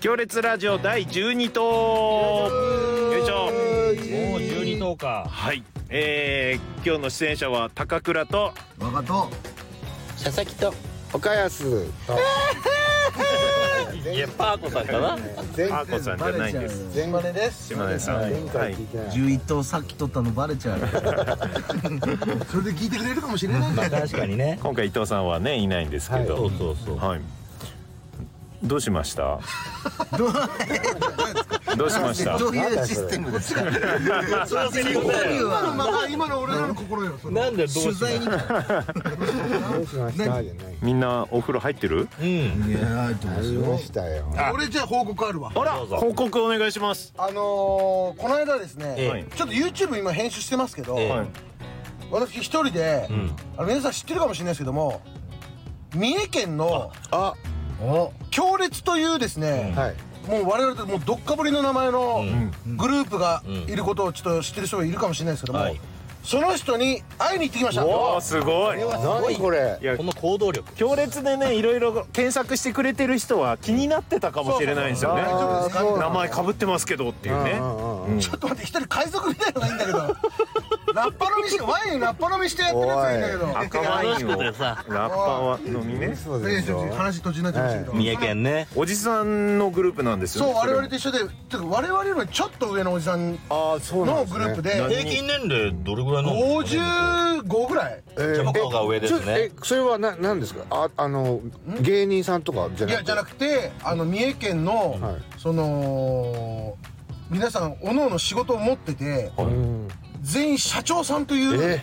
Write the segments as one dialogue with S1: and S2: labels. S1: 行列ラジオ第12頭よいしょ
S2: もう12頭か
S1: はいえー、今日の出演者は高倉と
S3: 若と
S4: 佐々木と
S5: 岡安と
S4: いやパーコさんかな
S5: 前
S1: あーこさんじゃないんです
S3: 全バレです
S1: 島根さん
S5: 前
S1: は
S5: 回
S1: い
S5: 聞いてない、
S3: 11頭さっき取ったのバレちゃ うそれで聞いてくれるかもしれないんだよ
S2: 確かにね
S1: 今回伊藤さんはねいないんですけど、
S2: そうそうそう
S1: はい。どうしました？どうしました？
S3: どういうシステムですか
S2: そのセリ
S3: 今
S2: フだよ
S3: のまた今の俺らの心よそれ
S2: なんだよどう
S3: 取
S2: し
S3: 材にいや
S5: どうしましたじゃない
S1: みんなお風呂入ってる？
S2: うん
S3: 入ってます
S5: あり
S3: よ
S5: ましたよ
S3: 俺じゃあ報告あるわ
S1: あら、
S2: どうぞ
S1: 報告お願いします。
S3: あのー、この間ですね、
S1: ええ
S3: ちょっと YouTube 今編集してますけど、
S2: ええ
S1: はい。
S3: 私一人で、
S2: ん
S3: あの皆さん知ってるかもしれないですけども三重県の
S5: あ
S3: 強烈というですね、
S5: はい
S3: もう我々ともうどっかぶりの名前のグループが
S2: ん
S3: いることをちょっと知ってる人がいるかもしれないですけども、
S2: はい
S3: その人に会いに行ってきました
S1: おおすごい。
S5: 何これ
S1: いや
S2: この行動力
S1: 強烈でねいろいろ検索してくれてる人は気になってたかもしれないんですよね。
S3: そうそうそう大丈夫ですか
S5: あーそう
S1: 名前かぶってますけどっていうね。
S5: うんうん
S1: うん
S3: ちょっと待って一人海賊みたいなのがいいんだけど ラッパ飲みしてワインにラッパ飲みしてやってるやつがいいんだけど
S1: 赤ワインをラッパは飲みね。
S5: そう
S3: いや
S5: で
S3: い
S5: す
S3: やちょっと
S5: よ
S3: 話閉じになっちゃいましたけど、
S2: 三重県ね
S1: おじさんのグループなんですよ
S3: そ
S1: ね。
S3: う我々
S1: れ
S3: と一緒でてか我々よりちょっと上のおじさん
S5: ああそうな
S3: の
S5: んです
S3: グ
S5: ね
S3: ループで、
S2: 平均年齢どれぐらいなの
S3: 55ぐらい
S5: えー
S2: じゃあ僕の方が上ですね
S5: ちょえそれはな何ですかああの芸人さんとかじゃ
S3: い
S5: なく
S3: やじゃなくてあの三重県の、
S5: はい
S3: その皆さん各々仕事を持ってて
S5: うん
S3: 全員社長さんという、
S5: え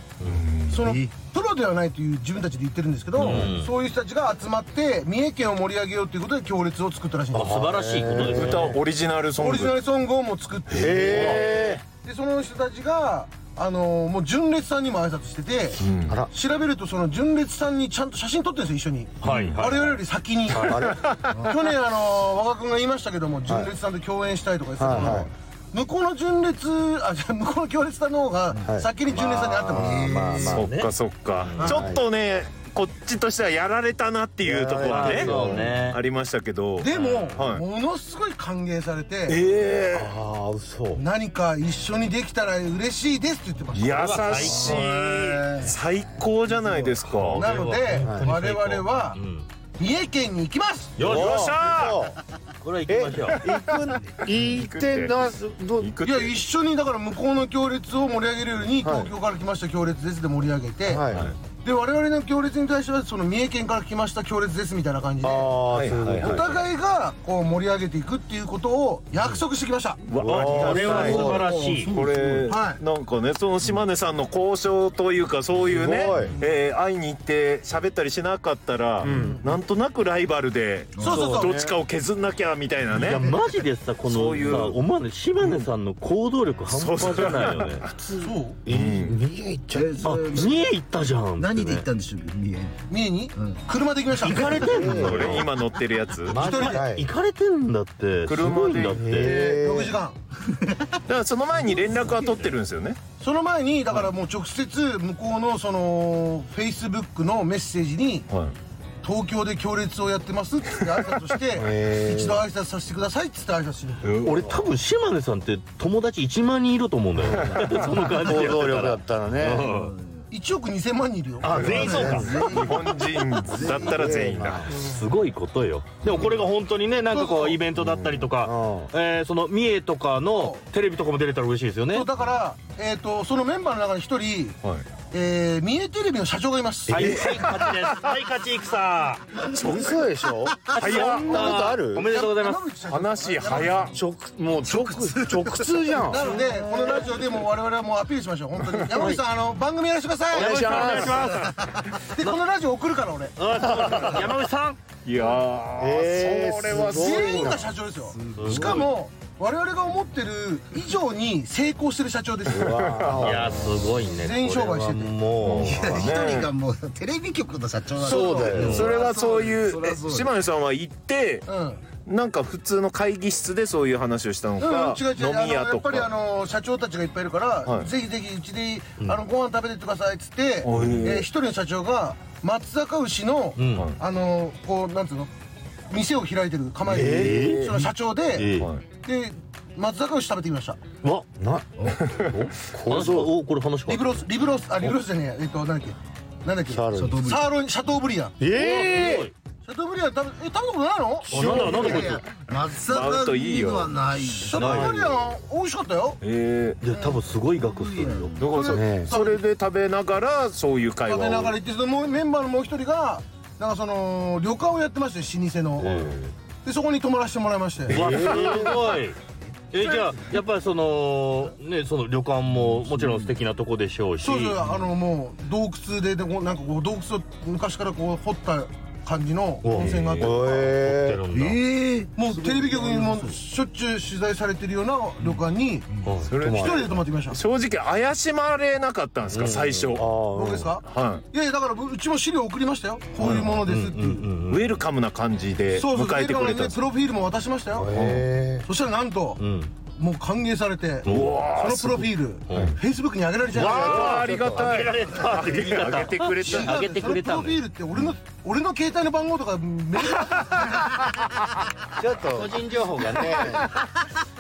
S3: そのプロではないという自分たちで言ってるんですけど、そういう人たちが集まって三重県を盛り上げようということで強烈を作ったらしいんです
S2: 素
S3: よ
S2: 晴らしいことです
S1: 歌オリジナルソング。
S3: オリジナルソングをもう作って
S5: え
S3: でその人たちが、あのーもう純烈さんにも挨拶してて、
S5: ーあら
S3: 調べるとその純烈さんにちゃんと写真撮ってるんですよ一緒に、
S2: はいはい
S3: 我々より先に、
S5: あれ
S3: 去年あの若君が言いましたけども純烈さんと共演したいとか言ってたけど、
S5: はいはい
S3: 向こうの純烈あじゃあ向こうの強烈さんの方が
S5: い
S3: 先に純烈さんに会ってます、
S5: まあまあまあ
S1: そっかそっか、ちょっとねこっちとしてはやられたなっていうところはね
S2: やられたそうね
S1: ありましたけど
S3: でも、
S1: はい
S3: ものすごい歓迎されて
S1: ええ
S5: ああそう
S3: 何か一緒にできたら嬉しいですって言ってました
S1: 優しい最高じゃないですかよ
S3: なので
S2: 本当
S3: 我
S2: に最高
S3: 々は
S2: うん
S3: 三重県に行きます
S2: よし
S1: っしゃ
S2: これは行きましょう
S5: 行ってなすど
S1: 行くっ
S3: い
S1: て
S3: や一緒にだから向こうの行列を盛り上げるように、
S5: はい
S3: 東京から来ました行列ですで盛り上げて、
S5: はい
S3: で我々の行列に対してはその三重県から来ました行列ですみたいな感じで
S5: ああ
S1: はい
S5: そういう
S1: は
S3: お
S5: こ
S3: 互いがこう盛り上げていくっていうことを約束してきました、
S1: わ
S5: わ
S1: あり
S2: こ
S5: あ
S2: れ
S1: が
S2: は
S1: たい
S2: 素晴らしい
S1: これ、
S3: はい
S1: なんかねその島根さんの交渉というかそういうね
S5: すごい、
S1: えー会いに行って喋ったりしなかったら、なんとなくライバルで
S3: そうそうそう
S1: どっちかを削んなきゃみたいない
S2: や
S1: ね
S2: マジでさこ
S1: そ
S2: の
S1: ういう
S2: さ思わぬ島根さんの行動力半端じゃないよね
S3: そう
S5: と逃げ行っちゃう
S2: あ三重行ったじゃんってね
S4: 何で行ったんでしょう三重に
S3: 三重に、車で行きました 行かれてん
S1: これ今乗ってるやつ
S2: マジで
S5: は
S2: 行
S5: い
S2: かれてんだってす
S1: 車
S2: ごい
S1: で
S2: んだって
S5: え
S3: 6時間
S1: だからその前に連絡は取ってるんですよね。
S3: その前にだからもう直接向こうのそのフェイスブックのメッセージに
S1: は
S3: 「東京で行列をやってます」って挨拶して「一度挨拶させてください」っつって挨拶しに行く
S2: 俺多分島根さんって友達1万人いると思 うんだよその感じで
S5: 行動力だったらね
S3: 1億2000万人いるよ
S2: あ全員そうか
S1: い。日本人だったら全員だ。
S2: すごいことよでもこれが本当にねなんかこうイベントだったりとか、えーその三重とかのテレビとかも出れたら嬉しいですよね
S3: そうだから、えー、とそのメンバーの中に一人、
S1: はい。
S3: えー、三重テレビの社長がいます、
S2: はい、はい、勝ちですはい勝ち戦
S5: 嘘でしょそんなことある
S2: おめでとうございます
S3: 山口社長
S1: 話早っ。
S5: 直もう直直 通じゃん
S3: なのでこのラジオでも我々はもうアピールしましょう本当に山口さんあの番組やらせてください
S5: お願いします
S3: すでこのラジオ送るから俺
S2: 山口さん
S1: いやー、
S5: えー
S1: それは
S5: すごいな
S3: 全員が社長ですよしかも我々が思ってる以上に成功してる社長です よ
S2: いやすごいね
S3: 全員商売してて
S2: これはもう
S1: ね
S4: 一人がもうテレビ局の社長なん
S5: そうだよ
S1: それはそういう
S4: そりゃそうだ
S1: え
S4: よ
S1: 島根さんは行って
S3: うん、うん、違
S1: なんか普通の会議室でそういう話をしたのか、
S3: う違う違う
S1: 飲み
S3: あ
S1: 屋
S3: のや
S1: と
S3: っぱりあ
S1: か
S3: の社長たちがいっぱいいるから、
S1: はい
S3: ぜひぜひうちであのご飯食べてってくださいっつって、
S1: おい
S3: えー一人の社長が松阪牛の、
S2: うん
S3: あのこうなんつうの店を開いてる構えてる、その社長で、で松阪牛食べてみました
S2: わ
S5: な
S4: これそうおこれ話
S3: リブ
S4: が
S3: ロスリブロスあリブロスじゃねえやえっとなんだっけなんだっけ
S5: シャーロイン
S3: シャーロインシャトーブリアンシ
S2: ええ
S3: ャトーブリアン食べえ食べたことないのシ
S2: なんだなんだこいつ
S6: 松阪牛はない
S3: ャトーブリアン美味しかったよ
S5: え
S2: いや多分すごい額するよ
S1: だからそ,、
S5: ね
S1: それで食べながらそういう会話
S3: 食
S1: を
S3: べながら行ってそのもうメンバーのもう一人がなんかその旅館をやってまして老舗の、でそこに泊まらせてもらいまして
S2: わすごいえじゃあやっぱりそのねその旅館ももちろん素敵なとこでしょうし
S3: そうそうあのもう洞窟ででこうなんかこう洞窟を昔からこう掘った感じの温泉があって
S2: やって
S5: え
S2: るんだ
S3: もうテレビ局にもしょっちゅう取材されてるような旅館に
S2: うん
S1: それ
S3: 一人で泊まってきました
S1: 正直怪しまれなかったんですか、最初
S5: あ
S1: は
S5: ー
S3: 僕ですか
S1: い
S3: いやいやだからうちも資料送りましたよこういうものですっていう
S1: ウェルカムな感じで
S3: そうそう
S1: 迎えてくれたん
S3: ね
S1: です
S3: プロフィールも渡しましたよ
S5: え
S3: そしたらなんと
S2: うん
S3: もう歓迎されてそのプロフィールフェイスブックに上げられちゃいました
S1: わあありがたい
S2: やられたって言い
S1: あげ
S2: 方
S1: てくれた
S4: 上げてくれたの
S3: そのプロフィールって俺の俺の携帯の番号とかめ
S6: ちょっと個人情報がね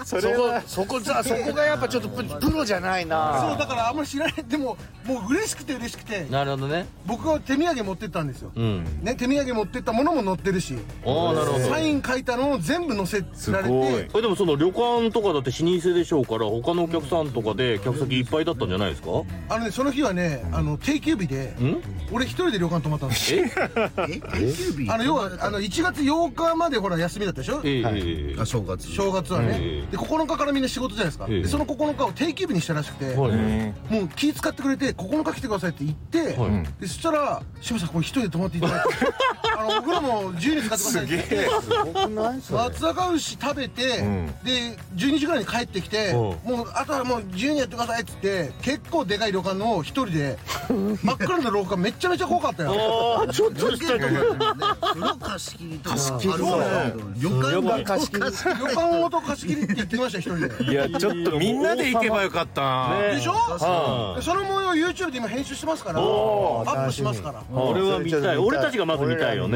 S1: そ
S6: そ
S1: れ
S6: こ
S1: は
S6: そこざそこがやっぱちょっとププロじゃない
S3: そう
S6: な
S3: だからあんまり知られてももう嬉しくて嬉しくて
S4: なるほどね
S3: 僕は手土産持ってったんですよ、
S2: うん
S3: ね、手土産持ってったものも載ってるし
S2: ああなるほど
S3: サイン書いたのも全部載せら
S1: す
S3: れ
S1: ごい
S3: て
S2: えでもその旅館とかだって老舗でしょうから他のお客さんとかで客席いっぱいだったんじゃないですか
S3: あの、ね、その日はねあの定休日で俺一人で旅館泊まったんですよ
S6: え定休日
S3: あの要はあの1月8日までほら休みだったでしょ
S2: ええええ
S6: あ正月
S3: 正月はね
S2: ええ
S3: で9日からみんな仕事じゃないですか
S2: ええ
S3: でその9日を定休日にしたらしくて
S2: はい
S3: もう気使ってくれて9日来てくださいって言って、
S2: はい
S3: でそしたら「渋谷さんこれ一人で泊まっていただいて あの僕らも自由に使ってください」って言って松阪牛食べて、で12時ぐらいに帰ってきて、もうあとはもう自由にやってくださいっつって結構でかい旅館の一人で真っ暗な廊下めちゃめちゃ怖かったよ
S2: ああちょっと
S6: 貸し切りとか貸し切りとか貸し切り旅館が貸し切り
S3: 旅館ごと貸し切りって言ってました一人で
S1: いやちょっとみんなで行けばよかったな、
S3: でしょでその模様を YouTube で今編集してますからアップしますから
S2: 俺は見たい俺たちがまず見たいよね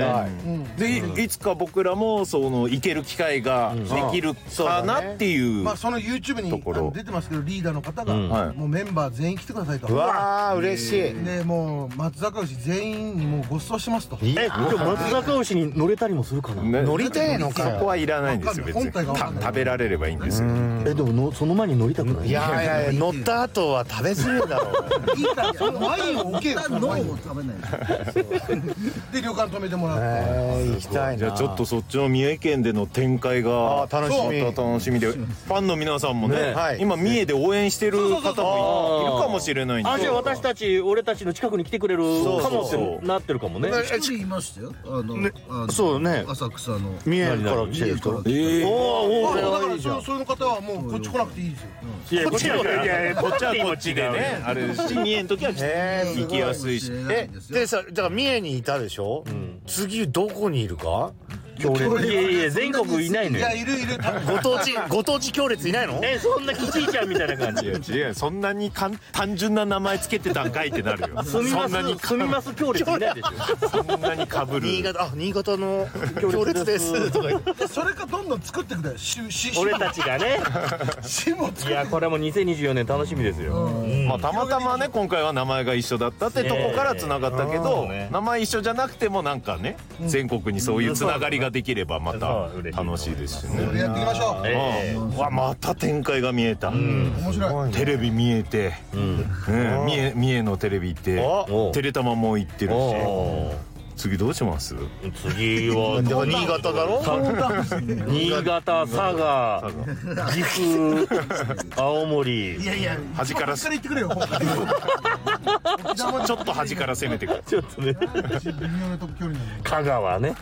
S1: でいいつか僕らもその行ける機会ができるかなっていう,、
S3: まあその YouTube に
S1: ところ
S3: あの出てますけどリーダーの方が、
S1: はい
S3: もうメンバー全員来てくださいと
S5: わあ嬉しい
S3: でもう松坂牛全員にもうご馳走しますと分
S2: え今日松阪牛に乗れたりもするかな
S1: ね
S5: 乗りたいのか
S1: そこはいらないんですよ別に
S3: 本体が分かんない
S1: た食べられればいいんですよ
S2: えでものその前に乗りたくない
S5: いやいやいや乗った後は食べづらいだろう
S3: いいからそのワインを置けよ
S6: 脳を食べない
S3: で旅館泊めてもらって、
S5: えー行きたいな
S1: じゃあちょっとそっちの三重県での展開が
S5: あー楽しみ
S1: また楽しみでファンの皆さんもね
S2: ね
S5: はい
S1: 今三重で応援してる
S3: そうそう
S1: 方もいいるかもしれないんで
S2: あじゃあ私たち俺たちの近くに来てくれる
S1: う
S2: かもっ
S1: そうそう
S2: てなってるかもね
S6: 一人いましたよあのあの
S5: そうね
S6: 浅草の
S5: 見えるから来てる
S6: 家から
S5: 人
S6: 来た
S2: おお
S3: あ
S2: お
S3: だから
S2: お
S3: そのその方はもうこっち来なくていいですよ
S2: いやこっちはい
S1: やいやいやこっちはこっちでね
S2: あ
S1: あ
S2: れ
S1: れ新家の時は
S5: えーすごい
S1: 行きやすいし
S6: 知らない
S5: え
S6: ですよ
S5: でさだから三重にいたでしょ次どこにいるか強烈
S2: いやいや全国いないの
S3: い
S2: よ
S3: やいるいる
S5: ご当地ご当地強烈いないの
S2: えそんなキチいちゃんみたいな感じ
S1: いやそんなにかん単純な名前つけてたんかいってなるよ
S2: すみ
S1: そ
S2: ま
S1: んなに
S2: すすみます強烈いないでしょ
S1: そんなにかぶる
S5: 新潟あ新潟の強烈ですとか言って
S3: でそれかどんどん作ってくだよししし
S2: 俺たちがね
S3: しも作
S2: い
S3: る
S2: やこれも2024年楽しみですよ
S1: まあ、たまたまね今回は名前が一緒だったってとこからつながったけど、
S2: ね
S1: 名前一緒じゃなくてもなんかね全国にそういうつながりができればまた楽しいですし
S3: それ
S1: ね。
S3: やっていきましょう
S2: え
S1: うんうわまた展開が見えた、
S3: 面白い
S1: テレビ見えて、うん見え見えのテレビ行って
S2: お
S1: テレタマも行ってる
S2: え
S1: し
S2: お
S1: 次どうします
S2: ー次は
S5: でも新潟だろ
S2: 新潟佐賀岐阜青森
S6: いやいや
S1: 端からち
S3: それ言ってくれよ本当に
S1: ょちょっと端から攻めてくる
S2: ちょっとね
S3: 微妙なとこ距離なんで
S2: 香川ね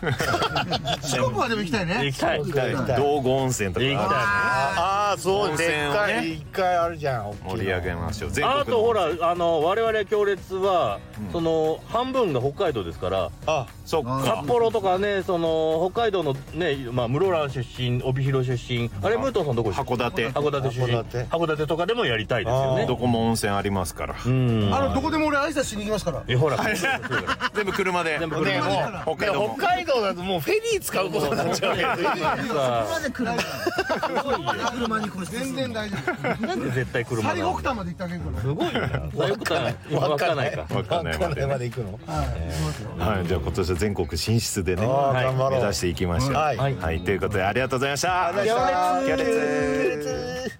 S3: 四国はでも行きたいね
S2: 行きたい行きたい
S1: 道後温泉と
S2: ね
S1: か
S5: ああそ
S1: 温
S5: う
S1: 泉を
S5: で
S1: ね
S5: っかい一回あるじゃん
S1: 盛り上げましょう全
S2: あ
S1: 国
S2: と
S1: の
S2: ほらあの我々強烈は、その半分が北海道ですから
S1: あそっか
S2: 札幌とかねその北海道のね、まあ、室蘭出身帯広出身あれ武藤さんどこ出身
S1: 函館
S2: 函館出身
S5: 函館
S2: 函館とかでもやりたいですよね
S1: どこも温泉ありますから
S2: うん
S3: あのどこでも俺挨拶しに行きますから
S2: えほら
S1: 全部車で
S2: 全部
S5: でも
S2: 車
S1: 北
S2: で
S1: 海道も
S5: 北海道だともうフェリー使うことになっちゃうけど
S6: こまで暗いから車に越して
S3: 全然大丈夫
S2: 絶対車
S3: 最
S2: なん
S3: 北
S2: だ
S3: 端まで行ってあげるから
S2: すごいな大奥さん
S5: わか
S2: 稚
S5: んない
S2: 内か
S5: わかんない
S1: 稚内
S5: まで行くの
S1: はいじゃあ今年は全国進出でね
S5: ああ
S2: はい
S5: 頑
S1: 目
S5: 張ろう
S1: 指していきましょう
S5: はい
S1: はいということでありがとうございました行
S5: 行列
S1: 列